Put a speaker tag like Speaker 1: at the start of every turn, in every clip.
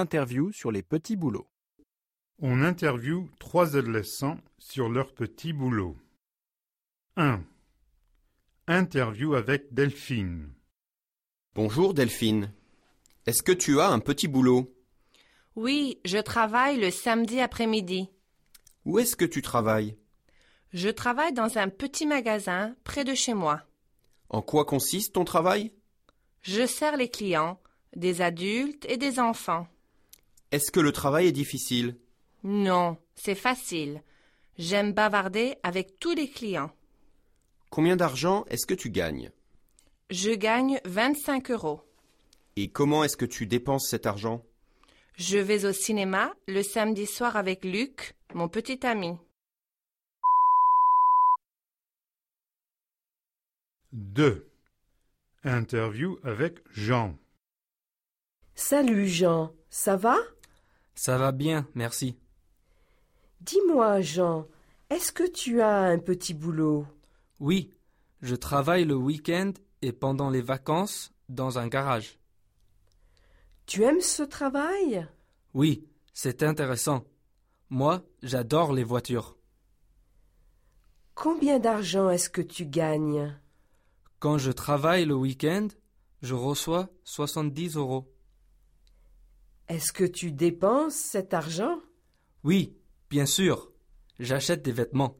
Speaker 1: Interview sur les petits boulots.
Speaker 2: On interviewe trois adolescents sur leur petit boulot. 1. Interview avec Delphine.
Speaker 3: Bonjour Delphine. Est-ce que tu as un petit boulot
Speaker 4: Oui, je travaille le samedi après-midi.
Speaker 3: Où est-ce que tu travailles
Speaker 4: Je travaille dans un petit magasin près de chez moi.
Speaker 3: En quoi consiste ton travail
Speaker 4: Je sers les clients, des adultes et des enfants.
Speaker 3: Est-ce que le travail est difficile
Speaker 4: Non, c'est facile. J'aime bavarder avec tous les clients.
Speaker 3: Combien d'argent est-ce que tu gagnes
Speaker 4: Je gagne 25 euros.
Speaker 3: Et comment est-ce que tu dépenses cet argent
Speaker 4: Je vais au cinéma le samedi soir avec Luc, mon petit ami.
Speaker 2: 2. Interview avec Jean.
Speaker 5: Salut Jean, ça va
Speaker 6: Ça va bien, merci.
Speaker 5: Dis-moi Jean, est-ce que tu as un petit boulot
Speaker 6: Oui, je travaille le week-end et pendant les vacances dans un garage.
Speaker 5: Tu aimes ce travail
Speaker 6: Oui, c'est intéressant. Moi, j'adore les voitures.
Speaker 5: Combien d'argent est-ce que tu gagnes
Speaker 6: Quand je travaille le week-end, je reçois 70 euros.
Speaker 5: Est-ce que tu dépenses cet argent
Speaker 6: Oui, bien sûr. J'achète des vêtements.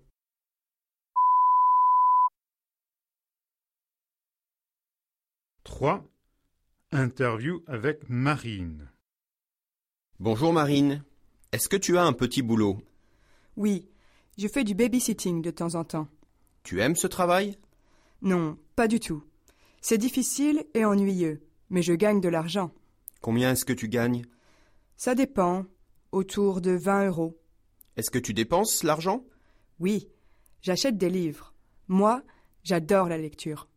Speaker 2: 3. Interview avec Marine.
Speaker 3: Bonjour Marine. Est-ce que tu as un petit boulot
Speaker 7: Oui, je fais du babysitting de temps en temps.
Speaker 3: Tu aimes ce travail
Speaker 7: Non, pas du tout. C'est difficile et ennuyeux, mais je gagne de l'argent.
Speaker 3: Combien est-ce que tu gagnes
Speaker 7: Ça dépend, autour de 20 euros.
Speaker 3: Est-ce que tu dépenses l'argent
Speaker 7: Oui, j'achète des livres. Moi, j'adore la lecture.